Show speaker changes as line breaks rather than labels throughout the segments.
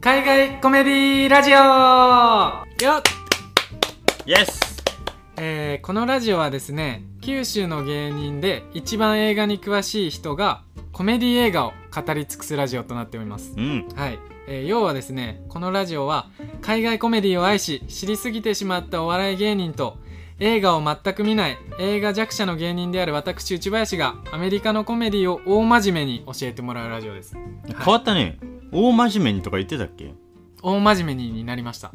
海外コメディラジオよっ
イエス
えーこのラジオはですね九州の芸人で一番映画に詳しい人がコメディ映画を語り尽くすラジオとなっております
うん
はい、えー要はですねこのラジオは海外コメディを愛し知りすぎてしまったお笑い芸人と映画を全く見ない映画弱者の芸人である私内林がアメリカのコメディを大真面目に教えてもらうラジオです
変わったね大真面目にとか言ってたっけ
大真面目になりました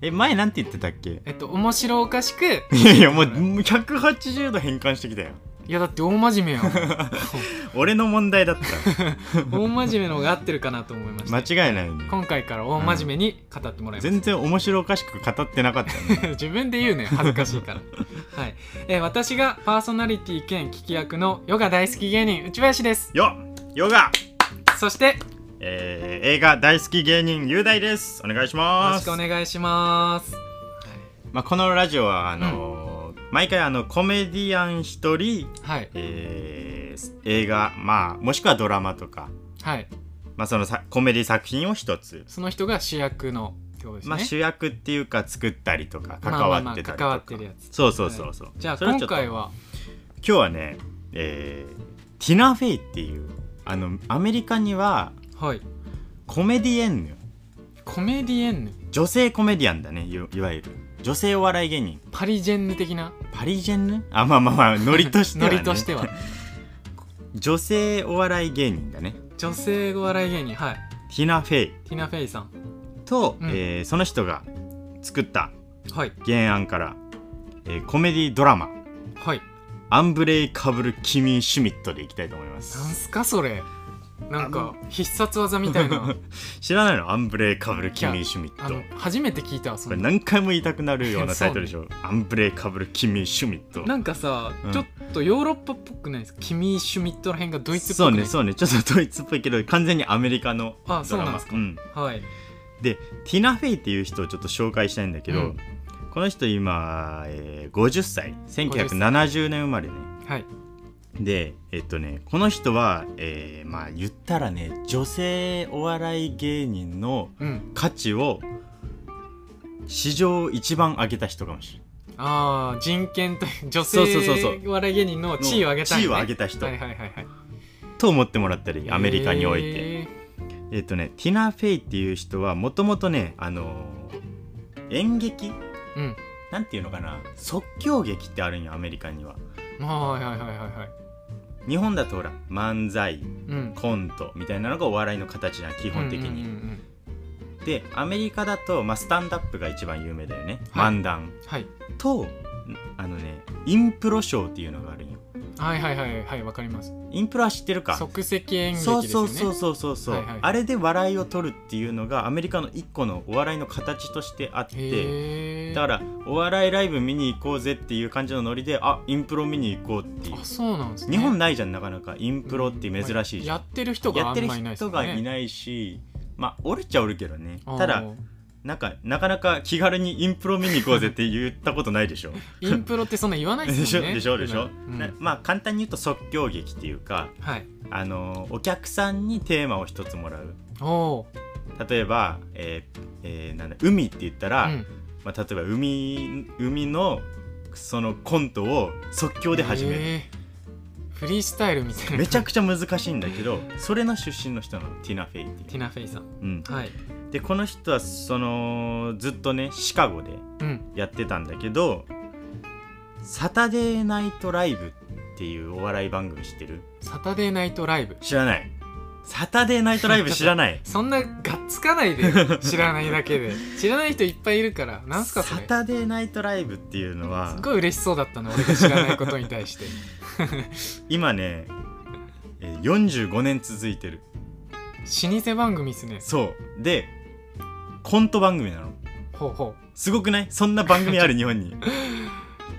え前なんて言ってたっけ
えっと面白おかしくい
いやいやもう180度変換してきたよ
やだって大真面目や
俺の問題だっ
ん大真面目の方が合ってるかなと思いました
間違いないね
今回から大真面目に語ってもらいます、
全然面白おかしく語ってなかったね
自分で言うね恥ずかしいからはい、えー私がパーソナリティ兼聞き役のヨガ大好き芸人内林です
よヨガ、
そして
えー、映画大好き芸人雄大ですお願いし
よろ
ま
し
す
くお願いします
まあ、このラジオはあのー毎回あのコメディアン一人、
はい
えー映画まあもしくはドラマとか、
はい
まあ、そのさコメディ作品を一つ
その人が主役のってことですね、
まあ、主役っていうか作ったりとか関わ
まあ
ってたりとか、
まあまあ関わってるやつ
そうそうそうそう、
じゃあ
それを
今
ちょっと
回は
今日はね、えーティナ・フェイっていうあのアメリカには
はい
コメディエンヌ
コメディエンヌ
女性コメディアンだねいいわゆる女性お笑い芸人
パリジェンヌ的な
パリジェンヌ あまあまあ まあノリとしては、
ノ
ね、
リとしては
女性お笑い芸人だね
女性お笑い芸人はい
ティナ・フェイ
ティナ・フェイさん
と、
うん
えーその人が作った
はい
原案から、えーコメディドラマ
はい
「アンブレイカブル・キミ・シュミット」でいきたいと思いま
なん
す
すかそれなんか必殺技みた いな
知らないのアンブレイカブル・キミ・シュミッ
あ
ト
の初めて聞いたわその
これ何回も言いたくなるようなタイトルでしょ、アンブレイカブル・キミ・シュミット
なんかさ、
うん
ちょっとヨーロッパっぽくないですかキミー・シュミットら辺がドイツっ
そ
ぽく
う
ない
ねそうねちょっとドイツっぽいけど完全にアメリカのドラマ
あそうなんですか
うん
はい
でティナ・フェイっていう人をちょっと紹介したいんだけど、
うん
この人今、えー50歳1970年生まれね
はい
でえっとねこの人は、えーまあ言ったらね女性お笑い芸人の
うん
価値を史上一番上げた人かもしれない
ああ人権という女
そうそうそうそ
性笑い芸人の地位を上げたい、ね、
地位を上げた人
はいはいはいはい
と思ってもらったりアメリカにおいて。
へ
えっとねティナ・フェイっていう人はもともとねあのー演劇
ーうん
なんていうのかな即興劇ってあるんよアメリカには
はいはいはいはいはい
日本だとほら漫才
うん
コントみたいなのがお笑いの形じゃん基本的に、
うんうんうんうん
でアメリカだと、まあ、スタンダップが一番有名だよね、
はい
漫談
はい
とんあのねインプロショーっていうのがあるんよ
はいはいはいはいわかります
インプロは知ってるか
即席演劇です
そ
よね
うそうそうそうそうそう、
はいはい
あれで笑いを取るっていうのがアメリカの一個のお笑いの形としてあって
へえ
だからお笑いライブ見に行こうぜっていう感じのノリであインプロ見に行こうっていう
あそうなんですね
日本ないじゃんなかなかインプロって珍しいじゃ
や
ん、
ってる人が
や
あ
って
ん
る
まいないです
人
よ
が
ね
い
い
ないしまあおるっちゃおるけどねただなんかなかなか気軽にインプロ見に行こうぜって言ったことないでしょ
インプロってそんな言わない
で
で
し
す
ょ
もんね
でしょでしょ、
うん
なまあ簡単に言うと即興劇っていうか
はい
あのお客さんにテーマを一つもらう
おお
例えば、えーえーなんだ海って言ったら、
ー、うん、
まあ、例えば海海のそのコントを即興で始める、
へーフリースタイルみたいな
めちゃ
ち
くちゃ難しいんだけどそれの出身の人なのティナ・フェイって
テ
い
ィ
う、
ナ・フェイさん
うん、
はい
でこの人はそのずっとねシカゴで
うん
やってたんだけど「サタデーナイトライブ」っていうお笑い番組知ってる
サタデーナイトライブ
知らないサタデーナイトライブ知らない
そんながっつかないで知らないだけで知らない人いっぱいいるから なんすかそ
サ
れ
タデーナイトライブっていうのは
すごい嬉しそうだったの俺が知らないことに対して
今ねえー45年続いてる
老舗番組っすね
そうでコント番組なの
ほうほ
すごくないそんな番組ある日 本に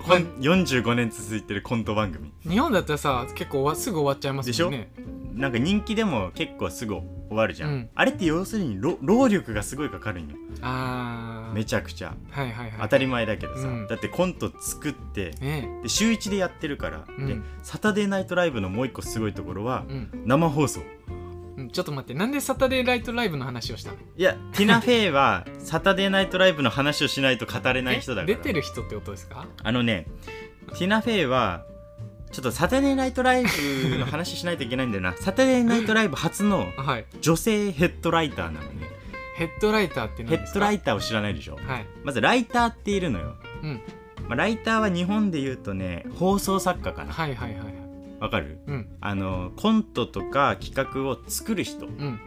こん45年続いてるコント番組
う日本だったらさ結構わすぐ終わっちゃいますよね
なんか人気でも結構すぐ終わるじゃん、
うん
あれって要するに労労力がすごいかかるんよ
ああ
めちゃくちゃ
はいはいはい
当たり前だけどさ、
うん
だってコント作って
ね
で週1でやってるから、
うん
でサタデーナイトライブのもう一個すごいところは
えうん
生放送
ううんちょっと待ってなんでサタデーライトライブの話をしたの
いやティナ・フェイは「サタデーナイトライブ」の話をしないと語れない人だ
え
から
出てる人ってことですか
あのねティナ・フェイはちょっと「サタデーナイトライブ」の話しないといけないんだよなサタデーナイトライブ初の
あはい
女性ヘッドライターなのね
ヘッドライターって
ヘ
何で
ッ
す
ド
か
ライターを知らないでしょ
はい
まずライターっているのよ、
うん
まあ、ライターは日本で言うとね放送作家かな
はいはいはいはい
わかる
うん
あのコントとか企画を作る人
うん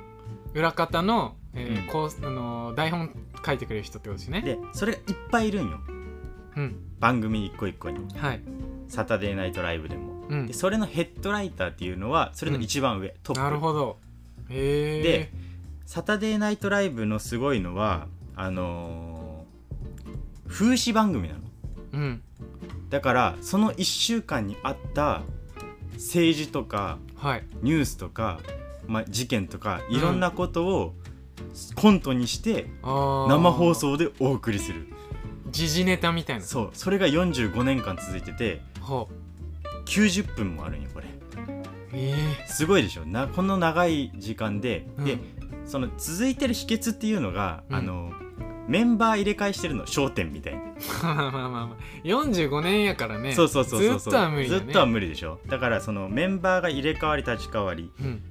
裏方の、えー
うん
こうあのー台本書いてくれる人ってことですね
でそれがいっぱいいるんよ
うん
番組一個一個に
はい
「サタデーナイトライブ」でも
うん
でそれのヘッドライターっていうのはそれの一番上、トップ
なるほどへえ
でサタデーナイトライブのすごいのはあのー風刺番組なの
うん
だからその1週間にあった政治とか
はい
ニュースとか、まあ、事件とかいろんなことをコントにして
あー
生放送でお送りする
時事ネタみたいな
そうそれが45年間続いてて
ほ
90分もあるんよこれ
うええ
すごいでしょなこの長い時間で、
うん
でその続いてる秘訣っていうのが、
うん
あのメンバー入れ替えしてるの『笑点』みたいに、
まあまあまあまあ45年やからね
そうそうそうそう
ずっとは無理だね
ずっとは無理でしょだからそのメンバーが入れ替わり立ち替わり
うん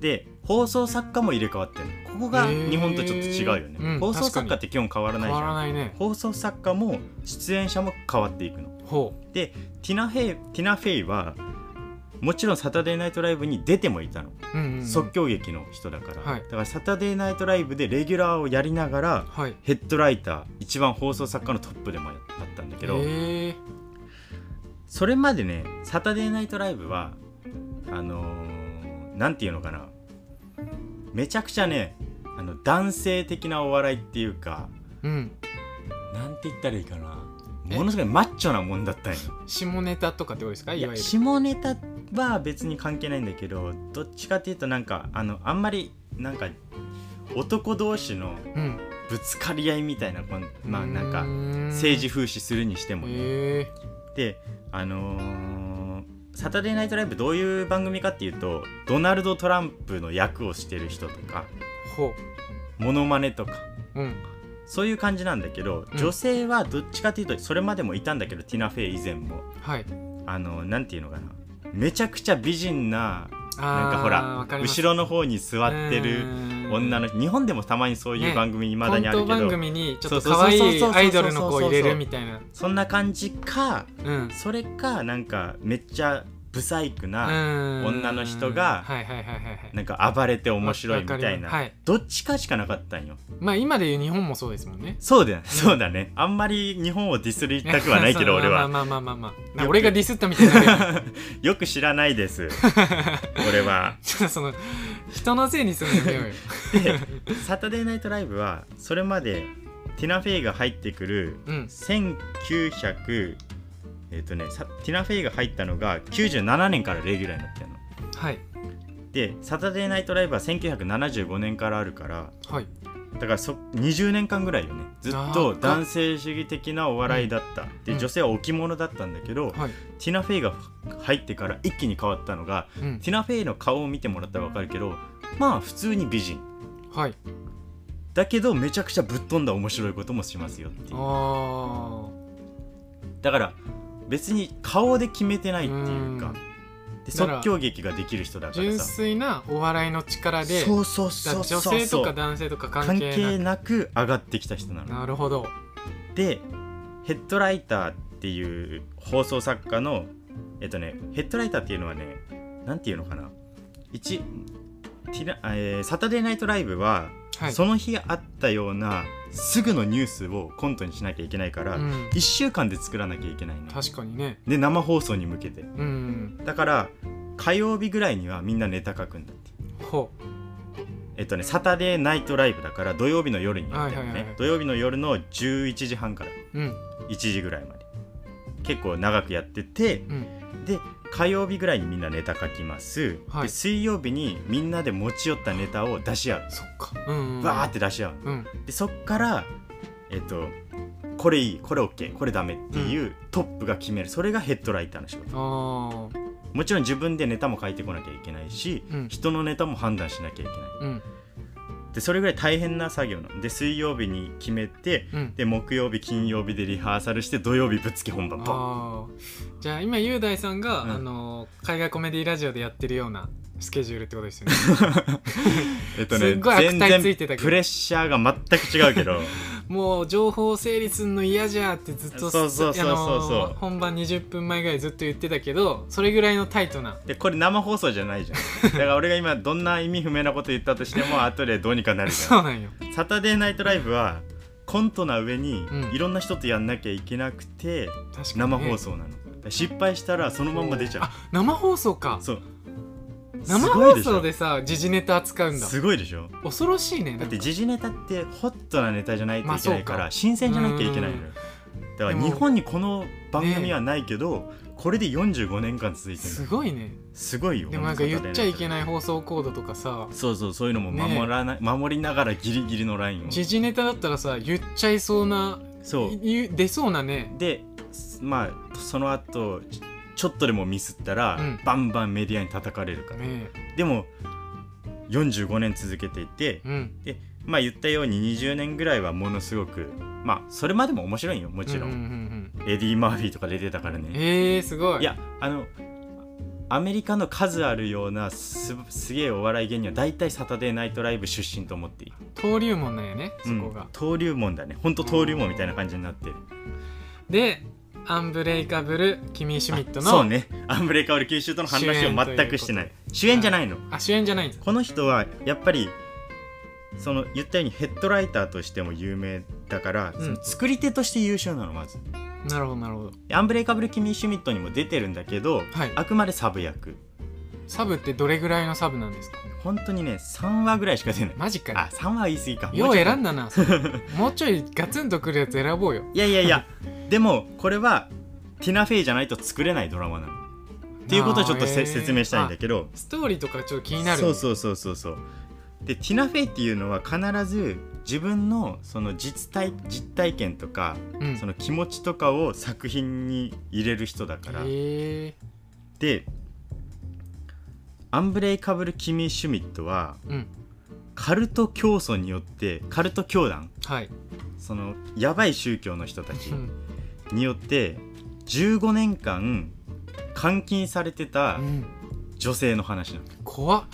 で放送作家も入れ替わってるのここが
へー
日本とちょっと違うよね、
うん
放送作家って基本変わ
変
らないじ
わら
ゃん
ないね
放送作家も出演者も変わっていくの
ほ
でティナ・フェイティナ・フェイはもちろん「サタデーナイトライブ」に出てもいたの、
ううんうんうん
即興劇の人だから、
はい
だから「サタデーナイトライブ」でレギュラーをやりながら
はい
ヘッドライター一番放送作家のトップでもあったんだけど、
へえ
それまでね「サタデーナイトライブは」あのーなんていうのかなめちゃくちゃねあの男性的なお笑いっていうか
うん
なんて言ったらいいかな
え
ものすごいマッチョなもんだったんよ
下ネタとかってことですか
い
いわ
や
ゆる
下ネタは別に関係ないんだけどどっちかっていうとなんかあのあんまりなんか男同士の
うん
ぶつかり合いみたいなこんまあなんか
か
政治風刺するにしてもね、
へえ
であのーサタデーナイトライブ」どういう番組かっていうとドナルド・トランプの役をしてる人とか
ほ
モノマネとか
ううん
そういう感じなんだけど
うん
女性はどっちかっていうとそれまでもいたんだけど、ティナ・フェイ以前も
はい
あのなんていうのかなめちゃくちゃ美人な
あー
なんかほら
わかります
後ろの方に座って
う
る
ーん
女の日本でもたまにそういう
ね
番組いまだにある
コ
け
ント番
ど、
組にちょっと可愛いアイドルの子を入れるみたいな
そんな感じか
うん
それかなんかめっちゃブサイクな、女
女
の人が
はいはいはいはいはい
なんか暴れて面白いみたいな、
わかりますはい
どっちかしかなかったんよ
まあ今でいう日本もそうですもんね
そうだそうだねあんまり日本をディスりたくはないけ
そ
ど
う
俺は
まあまあまあまあまあ
よく
俺がディスったみたいになるよ
よく知らないです 俺は
ちょっとその人のせいにするのやめようよ
で「サタデーナイトライブ」はそれまでティナ・フェイが入ってくる
うん
1900えっ、とねさティナ・フェイが入ったのが97年からレギュラーになってるの
はい
で「サタデーナイトライブ」は1975年からあるから
はい
だからそ20年間ぐらいよねずっと男性主義的なお笑いだった
う
で
ん
女性は置物だったんだけど、
はい
ティナ・フェイが入ってから一気に変わったのが
うん
ティナ・フェイの顔を見てもらったら分かるけどまあ普通に美人
はい
だけどめちゃくちゃぶっ飛んだ面白いこともしますよっていう
あ
だから別に顔で決めてないっていうかで
だから
即興劇ができる人だ
あ
から
純
さ
粋なお笑いの力で
そうそうそうそう
女
そう
性とか男性とか関
関
係な
係
く
なく上がってきた人なの
なるほど
でヘッドライターっていう放送作家のえっとねヘッドライターっていうのはねなんていうのかな一ティラ、えーサタデーナイトライブは、
はい
その日あったようなすぐのニュースをコントにしなきゃいけないから、
うん
1週間で作らなきゃいけないの
確かにね
で生放送に向けて
うん
だから火曜日ぐらいにはみんなネタ書くんだって
ほ
えっとねサタデーナイトライブだから土曜日の夜にやってるのね、
はいはいはい
土曜日の夜の11時半から
ううん
1時ぐらいまで結構長くやってて
うん
で火曜日ぐらいにみんなネタ書きます、
はい
で水曜日にみんなで持ち寄ったネタを出し合う
そっかうんうん
バーって出し合う
うん
でそっからえっとこれいいこれ OK これダメっていうトップが決めるそれがヘッドライターの仕事
ああ
もちろん自分でネタも書いてこなきゃいけないし、
うん
人のネタも判断しなきゃいけない
うん
でそれぐらい大変な作業なんで水曜日に決めて
うん
で木曜日金曜日でリハーサルして土曜日ぶっつけ本番ボン
あーじゃあ今雄大さんが、
うん
あの海外コメディラジオでやってるようなスケジュールってことですよね
えっと
す
ね
っごい悪
全
態ついてたけど
然プレッシャーが全く違 うけど
もう情報整理すんの嫌じゃってずっと
そうそうそうそうそう
あの本番20分前ぐらいずっと言ってたけどそれぐらいのタイトな
でこれ生放送じゃないじゃんだから俺が今どんな意味不明なこと言ったとしても後でどうにかなるじゃ
そ
ん
うなんよ
サタデーナイトライブはコントな上に
うん
いろんな人とやんなきゃいけなくて
確かにね、
生放送なの、失敗したらそのまんま出ちゃ
あ生放送か
うそう
生
すごい
放
でし
送
ょ
でさ時事ネタ扱うんだ
すごいでしょ
恐ろしいね
だ
な
っ
ん
て
か
時事ネタってホットなネタじゃないといけないから、
まあそうか
新鮮じゃなきゃいけないのよだから
でも
日本にこの番組はないけど、これで45年間続いてる
すごいね
すごいよ
でもなんか言っちゃいけ
い
ない放送コードとかさ
そうそうそういうのも守らない、守りながらギリギリのラインを
時事ネタだったらさ言っちゃいそうな
そう
い出そうなね
ですまあその後ちちょっとでもミスったら、
うん
バンバンメディアに叩かれるから、
ね
でも45年続けていて、
うん
まあ言ったように20年ぐらいはものすごくまあそれまでも面白いよもちろん、
うんうんうん
エディ・マーフィーとか出てたから
うん
ね
えー、すごい
いやあのアメリカの数あるようなすすげえお笑い芸人は大体サタデーナイトライブ出身と思っていい
登竜門なんやねそこが
うん、、登竜門だねほんと登竜門みたいな感じになってる
でアンブレイカブルキミー・シュミットの
そうね アンブレイカール九州との話を全くしてない主演じゃないの、
あ主演じゃないんです
この人はやっぱりその言ったようにヘッドライターとしても有名だから、
うん
その作り手として優秀なのまず
なるほどなるほど
アンブレイカブル・キミー・シュミットにも出てるんだけど、
はい
あくまでサブ役
サブってどれぐらいのサブなんですか
本当にね3話ぐらいしか出ない
マジかよ
あ3話は言い過ぎか
よう選んだ
だ
なそ れもうちょいガツンとくるやつ選ぼうよ
いやいやいやでもこれはティナ・フェイじゃないと作れないドラマなのっていうことをちょっとせ、
あー
説明したいんだけど
あストーリーとかちょっと気になる
そうそうそうそうそうでティナ・フェイっていうのは必ず自分のその実体実体験とか
うん、
その気持ちとかを作品に入れる人だから、
へえ
でアンブレイカブル・キミー・シュミットは
うん
カルト教祖によってカルト教団
はい、
そのやばい宗教の人たち
うん
によって15年間監禁されてた
うん、
女性の話なの
怖っ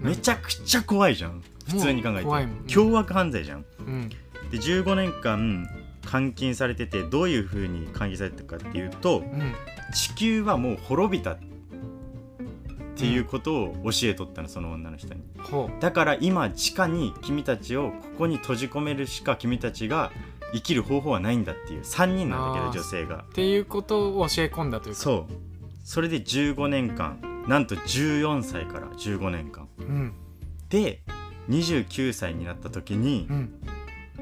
めちゃくちゃ怖いじゃん普通に考え
もう
て
怖いもん
凶悪犯罪じゃん
うん
で15年間監禁されててどういうふうに監禁されてたかっていうと
うん
地球はもう滅びたっていうことを教えとったのその女の人に
ほ
だから今地下に君たちをここに閉じ込めるしか君たちが生きる方法はないんだっていう3人なんだけ
あ
ど
ー
女性が
うっていうことを教え込んだというか
そうそれで15年間なんと14歳から15年間
うん
で29歳になった時に
うん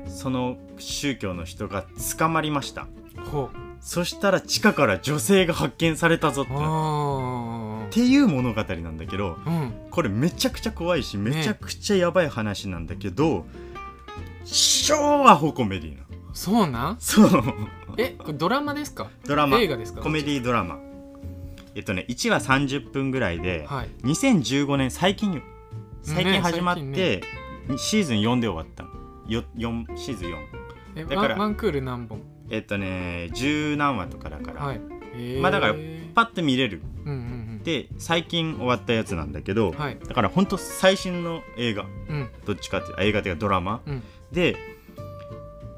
その宗教の人が捕まりました
ほう
そしたら地下から女性が発見されたぞってなっ
あ
ていう物語なんだけど
あうん
これめちゃくちゃ怖いしめちゃくちゃやばい話なんだけど、超アホコメディなの
そうなん
そう
えこれドラマですか
ドラマ
映画ですか
コメディドラマえっとね1話30分ぐらいで、
はい
2015年最近よ最
ね
近始まって、
最近
シーズン4で終わったのよ四シーズン4
え
だから
ワンワンクール何本
えっとね十何話とかだから、
はいえー
まあだから
うん
パッと見れる
うんうん
で最近終わったやつなんだけど、
はい
だからほんと最新の映画
うん
どっちかっていうあ映画っていうかドラマ
うん
で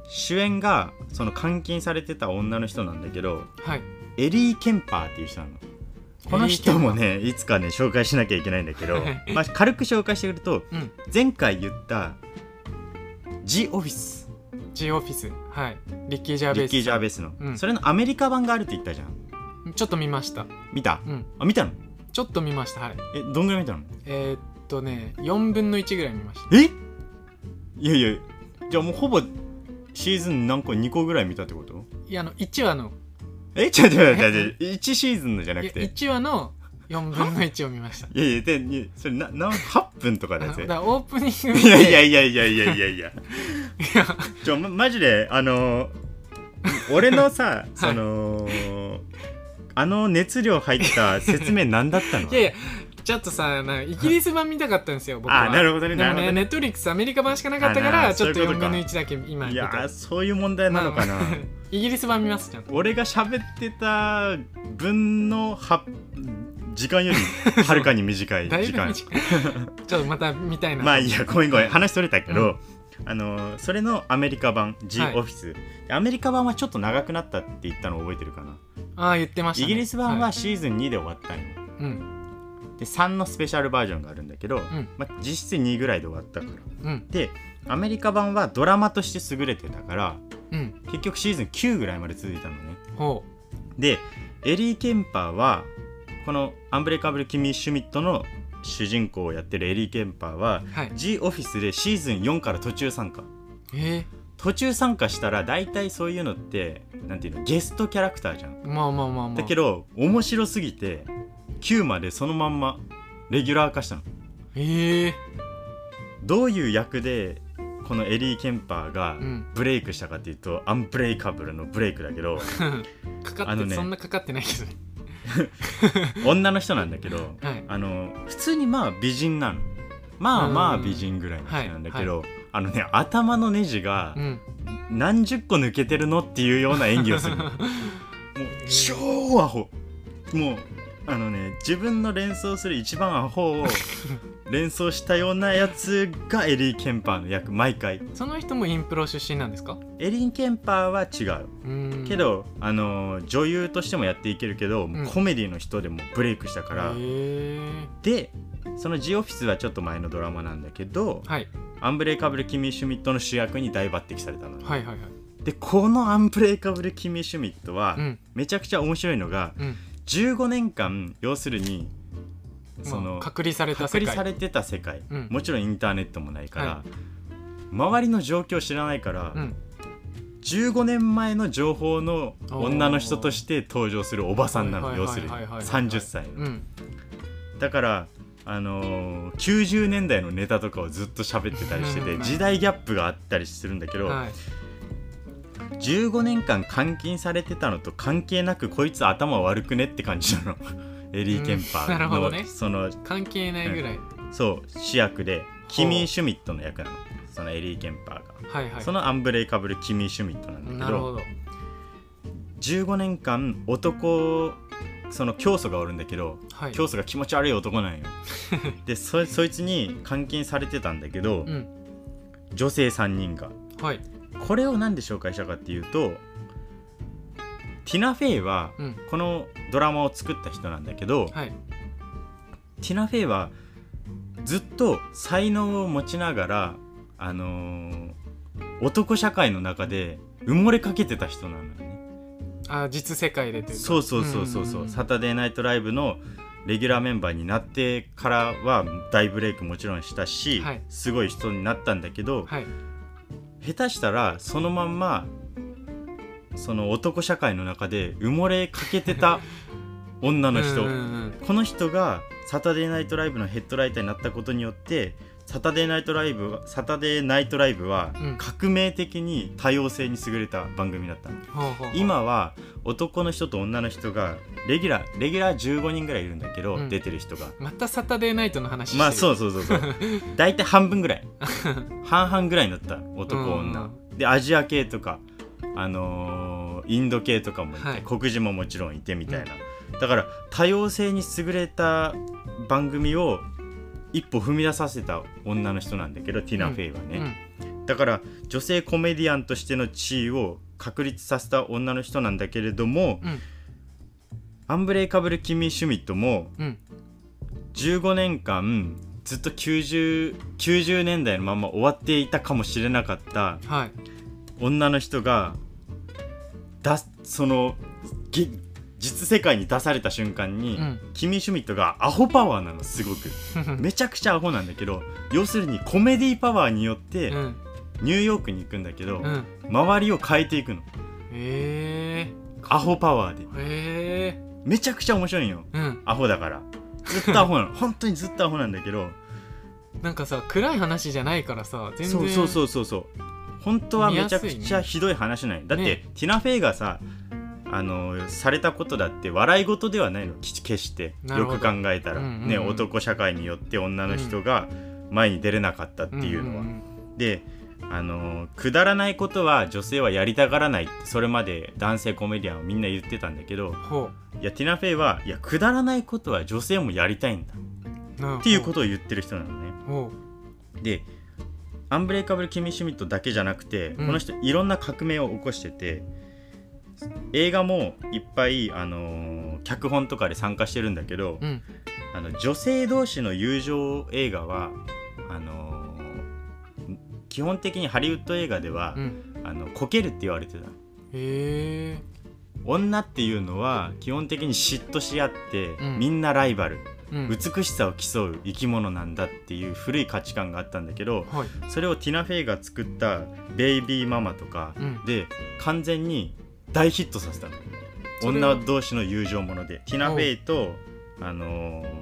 主演がその監禁されてた女の人なんだけど
はい
エリー・ケンパーっていう人なのこの人もねいつかね紹介しなきゃいけないんだけど、 まあ、軽く紹介してくると
うん
前回言った「ジ・オフィス
G オフィスはいリッキー・ジャ」ーベ
リ
イ
ッキー・
ス
ジャーベイスの、
うん
それのアメリカ版があるって言ったじゃん
ちょっと見ました
見た
うん
あ見たの
ちょっと見ましたはい
えどんぐらい見たの
えーっとね4分の1ぐらい見ました
えいやいやじゃあもうほぼシーズン何個2個ぐらい見たってこと
いやあの1話の
え違う違う違う違う1シーズンのじゃないく
や
てい
1話の4分の1を見ま した
やいやでにそれなな8分とか
あ
だ
の
ぜ
だからオープニング見
い
て
やいや
い
いやいやいやいやいや
や
ちょまマジであのー俺のさ、そのあの熱量入った説明何だったの
いやいやちょっとさなんかイギリス版見たかったんですよ僕は
あなるほどね
で
なる
も
ほ
ね
ど
ネ
ね
ットリックスアメリカ版しかなかったか
あな
ら
あ
ちょっと
そうい
4
うことか
分の1だけ今
い
見
やー
た
そういう問題なのかな、
まあ まあイギリス版見ますじゃん
俺が喋ってた分のは時間よりはるかに短 い
だい
時
ぶ
間
短い ちょっとまた見たいな、
まあいいやごめんごめん話取れたけど、あのそれのアメリカ版 G
はい
オフィス、アメリカ版はちょっと長くなったって言ったの覚えてるかな、
ああ言ってました、
イ
ね、
ギリス版
い
はシーズン2で終わったんよ、
うん
で3のスペシャルバージョンがあるんだけど、
ん
まあ、実質2ぐらいで終わったから
うん
でアメリカ版はドラマとして優れてたから
うん
結局シーズン9ぐらいまで続いたのね
ほ
でエリー・ケンパーはこの「アンブレイカブル・キミ・シュミット」の主人公をやってるエリー・ケンパーは
うはい
G オフィスでシーズン4から途中参加
え
途中参加したら大体そういうのってなんていうのゲストキャラクターじゃん
ー、まあまあまあまあ
だけど面白すぎて9までそのまんまレギュラー化したの
ええ
どういう役でこのエリー・ケンパーが
うん
ブレイクしたかっていうと、アンブレイカブルのブレイクだけど
かか
あ
っ
の
て、
ね
そんなかかってないけどね
女の人なんだけど、
はい
あの普通にまあ美人なのまあまあ美人ぐらいの人なんだけど、あのね頭のネジが
うん
何十個抜けてるのっていうような演技をするのもう超アホもうあのね自分の連想する一番 アホを連想したようなやつがエリー・ケンパーの役毎回
その人もインプロ出身なんですか
エリー・ケンパーは違う
うーん
けど、あのー女優としてもやっていけるけど、
ん
コメディの人でもブレイクしたから、
へえ
でその「ジオフィスはちょっと前のドラマなんだけど「
はい
アンブレイカブル・キミ・シュミット」の主役に大抜擢されたの、
はいはいはい
でこの「アンブレイカブル・キミ・シュミットは」
うん
めちゃくちゃ面白いのが
うん
15年間要するにそ
ま
の、
あ隔離された
隔
世界
離されてた世界、
うん
もちろんインターネットもないから、
は
周りの状況知らないから、
うん
15年前の情報の女の人として登場するおばさんな
はいは
の
い
要
は
す
い
るに
はいはい
30歳
う
の
ん
だからあのー90年代のネタとかをずっと喋ってたりして
うんうん
て
うん
時代ギャップがあったりするんだけど
はい
15年間監禁されてたのと関係なくこいつ頭悪くねって感じな のエリー・ケンパ
うんなるほど
ー
ね
のその
関係ないぐらい
そう主役でキミー・シュミットの役なのそのエリー・ケンパーが、
はいはい
そのアンブレイカブル・キミー・シュミットなんだけど
なるほど
15年間男その教祖がおるんだけど、
はい
教祖が気持ち悪い男な んよでそそいつに監禁されてたんだけど、
うん
女性3人が
はい
これを何で紹介したかっていうとティナ・フェイは
うん
このドラマを作った人なんだけど、
はい
ティナ・フェイはずっと才能を持ちながら、あのー男社会の中で埋もれかけてた人なのよね。
あ実世界でというか
そうそうそうそう
うんう
そ
んうん
う「サタデーナイトライブ」のレギュラーメンバーになってからは大ブレイクもちろんしたし、
はい
すごい人になったんだけど、
はい
下手したらそのまんまその男社会の中で埋もれかけてた女の人、
うんうん
この人が「サタデーナイトライブ」のヘッドライターになったことによって「サタデーナイトライブは」サタデーナイトライブは
うん
革命的に多様性に優れた番組だったの。
うんほうほうほう
今は男の人と女の人がレギュラーレギュラー15人ぐらいいるんだけど、
うん
出てる人が
またサタデーナイトの話してる
まあそうそうそうそう 大体半分ぐらい半々ぐらいになった男女でアジア系とかあのーインド系とかもいて、
はい
黒人ももちろんいてみたいな、だから多様性に優れた番組を一歩踏み出させた女の人なんだけど、ティナ・フェイはね、だから女性コメディアンとしての地位を確立させた女の人なんだけれども、
うん
アンブレイカブル・キミ・シュミットも
うんうん
15年間ずっと 90, 90年代のまま終わっていたかもしれなかった
はい
女の人がだそのげ実世界に出された瞬間に、
うん
キミ・シュミットがアホパワーなのすごく めちゃくちゃアホなんだけど要するにコメディパワーによって
うん
ニューヨークに行くんだけど、
うん
周りを変えていくの
え
アホパワーで
ーえ
めちゃくちゃ面白いんよ
ーうん
アホだからずっとアホ なの本当にずっとアホなんだけど
なんかさ暗い話じゃないからさ全然
そうそう
う
そうそうそう本当はめちゃくちゃひどい話ないだって、
ね
ティナ・フェイがさああのされたことだって笑い事ではないのき決して
なる
よ
ほど
く考えたら、
うんうんうん
ね、男社会によって女の人が前に出れなかったっていうのは。
んん
であのくだらないことは女性はやりたがらないってそれまで男性コメディアンはみんな言ってたんだけど
うんほ
いやティナ・フェイはいやくだらないことは女性もやりたいんだ
うな
っていうこととを言ってる人なのね。
ほ
でアンブレイカブル・キミ・シュミットだけじゃなくて、
うん
この人いろんな革命を起こしてて映画もいっぱい、あのー脚本とかで参加してるんだけど、
ううん
あの女性同士の友情映画はあのー基本的にハリウッド映画では、
うん
あのこけるって言われてた
へえ
女っていうのは基本的に嫉妬し合って、
うん
みんなライバル
うん
美しさを競う生き物なんだっていう古い価値観があったんだけど
はい
それをティナ・フェイが作った「ベイビーママ」とか
うん
で完全に大ヒットさせたの
それは
女同士の友情ものでティナ・フェイとあのー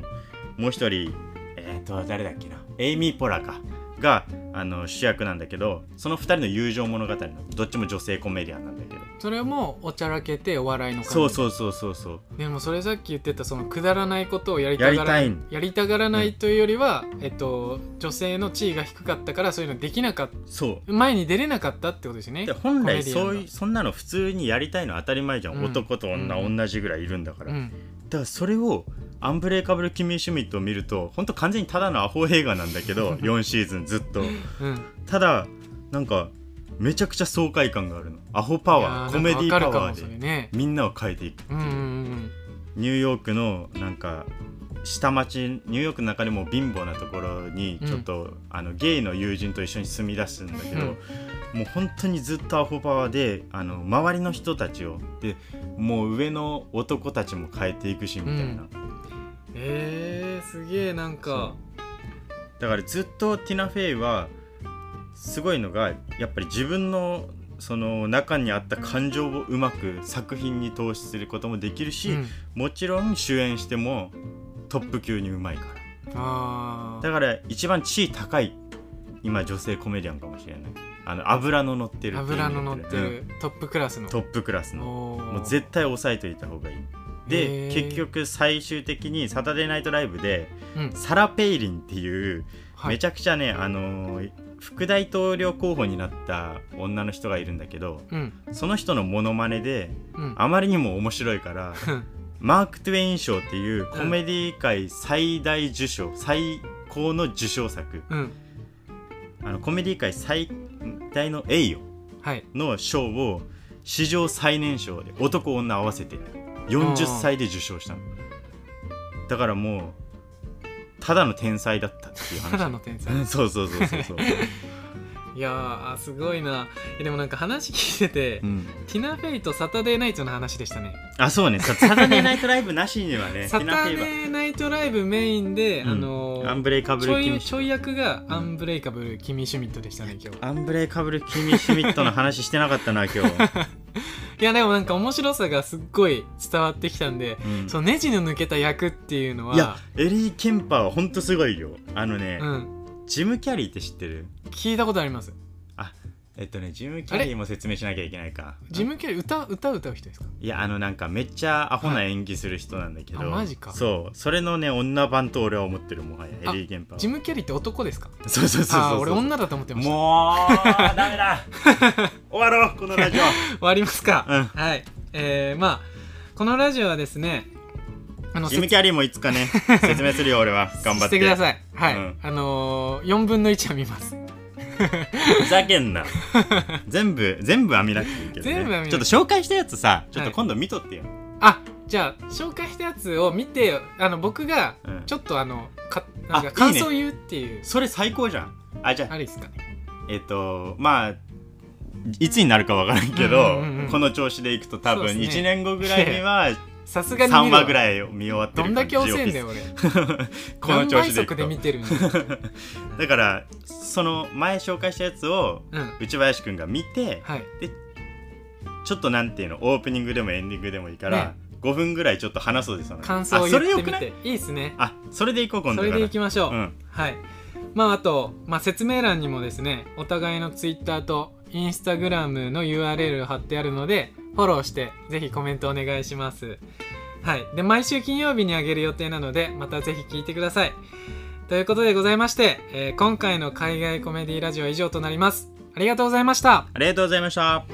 もう一人えっ、と誰だっけなエイミー・ポラかがあの主役なんだけどその二人の友情物語のどっちも女性コメディアンなんだけど
それもおちゃらけてお笑いの感じ
そうそうそうそうそう
でもそれさっき言ってたそのくだらないことをやりたがら
やり
やりたがらないというよりは、えっと、女性の地位が低かったからそういうのできなかっ
そう
た前に出れなかったってことですね
で本来
コ
そう
メディア
い
ン
う
が
そんなの普通にやりたいのは当たり前じゃん、
うん
男と女
うん
同じぐらいいるんだから、
う
だ
ん
からそれを「アンブレイカブル・キミー・シュミット」を見ると本当完全にただのアホ映画なんだ けど4シーズンずっと
うん
ただなんかめちゃくちゃ爽快感があるのアホパワー
いや
コメディパ
なんかわか
ワ
るかもそ
ー
れ
で
ね
みんなを変えていくって
うん
いう、
うんうん
ニューヨークのなんか下町ニューヨークの中でも貧乏なところにちょっと、あのゲイの友人と一緒に住み出すんだけど、
うん
もう本当にずっとアホパワーであの周りの人たちをでもう上の男たちも変えていくしみたいな、
うんえー、すげえなんか
だからずっとティナ・フェイはすごいのがやっぱり自分のその中にあった感情をうまく作品に投資することもできるし、
うん
もちろん主演してもトップ級にうまいから。
あ
だから一番地位高い今女性コメディアンかもしれないあの油の乗ってる
ー
っていう意
油
味で
の乗ってる、トップクラス
う
の
んトップクラスの
おー
もう絶対押さえといた方がいいで
へー
結局最終的にサタデーナイトライブで
うん
サラ・ペイリンっていう
はい
めちゃくちゃね、あのー副大統領候補になった女の人がいるんだけど
うん
その人のモノマネで
うん
あまりにも面白いからマーク・トゥエイン賞っていうコメディ界最大受賞、最高の受賞作
うん
あのコメディ界最大の栄誉
はい
の賞を史上最年少で男女合わせて
あ
40
ー
歳で受賞したのだからもうただの天才だったっていう話
ただの天才
うん そうそうそうそうそう、
いやーすごいなえでもなんか話聞いてて、
うん、
ティナ・フェイとサタデーナイトの話でしたね
あそうねさサタデーナイトライブなしには ね
サ
ティ
タ
ナ
デ
フェイ
ーナイトライブメインで、
うん
あの
はアン
ー
ブレイカブ
ちょ
ル・キ
い
ミ
ちょい役がアンブレイカブル・キミ・シュミットでしたね今日
アンブレイカブル・キミ・シュミットの話してなかったな 今日、
いやでもなんか面白さがすっごい伝わってきたんで、
うん
そのネジの抜けた役っていうのはい
やエリー・ケンパーはほんとすごいよあのね、
うん、
ジム・キャリーって知ってる
聞いたことあります
えっとねジム・キャリーも説明しなきゃいけないか
ジム・キャリー歌歌歌う人ですか
いやあのなんかめっちゃアホな演技する人なんだけど、
はいあマジか
そうそれのね女版と俺は思ってるもはやエ
あ
リー・ケンパーは
ジム・キャリーって男ですか
そうそうそうそう
あー俺女だと思ってました
もうダメ だ終わろうこのラジオ
終わりますか、
うん
はいえー、まあこのラジオはですねあの
ジム・キャリーもい つかね説明するよ俺は頑張って
してくださいはい、
うん
あのー、4分の1は見ます
ふざ けんな全部全部は見なくていいけど、ね、
全部は見なくていい
ちょっと紹介したやつさちょっと今度見とってよ、
あじゃあ紹介したやつを見てあの僕が
うん
ちょっとあのかなん
あ
か感想を言うっていう
それ最高じゃんあじゃあ
あれですかね
えっ、とまあいつになるかわからんけど、
うんうんうんうん
この調子でいくと多
そう
分
ですね
1年後ぐらいには
さすがに見る
3話ぐらいを見終わって
ど
る
んだけ遅え んだよ俺
この
何
調
倍
子でいく
速で
と
見てるんだ
だからその前紹介したやつを
うん
内林くんが見て
はい
ちょっとなんていうのオープニングでもエンディングでもいいから、
ね
5分ぐらいちょっと話そうですよね
感想を
あ
言
そ
っ
れよ
て
く
み
ない
ていいですね
あそれでいこう今
そ
度
れ
から
でいきましょう、
うん
はいまああと、まあ、説明欄にもですねお互いのツイッターとインスタグラムの URL を貼ってあるのでフォローしてぜひコメントお願いしますはいで毎週金曜日にあげる予定なのでまたぜひ聞いてくださいということでございまして、えー今回の海外コメディラジオは以上となりますありがとうございました
ありがとうございました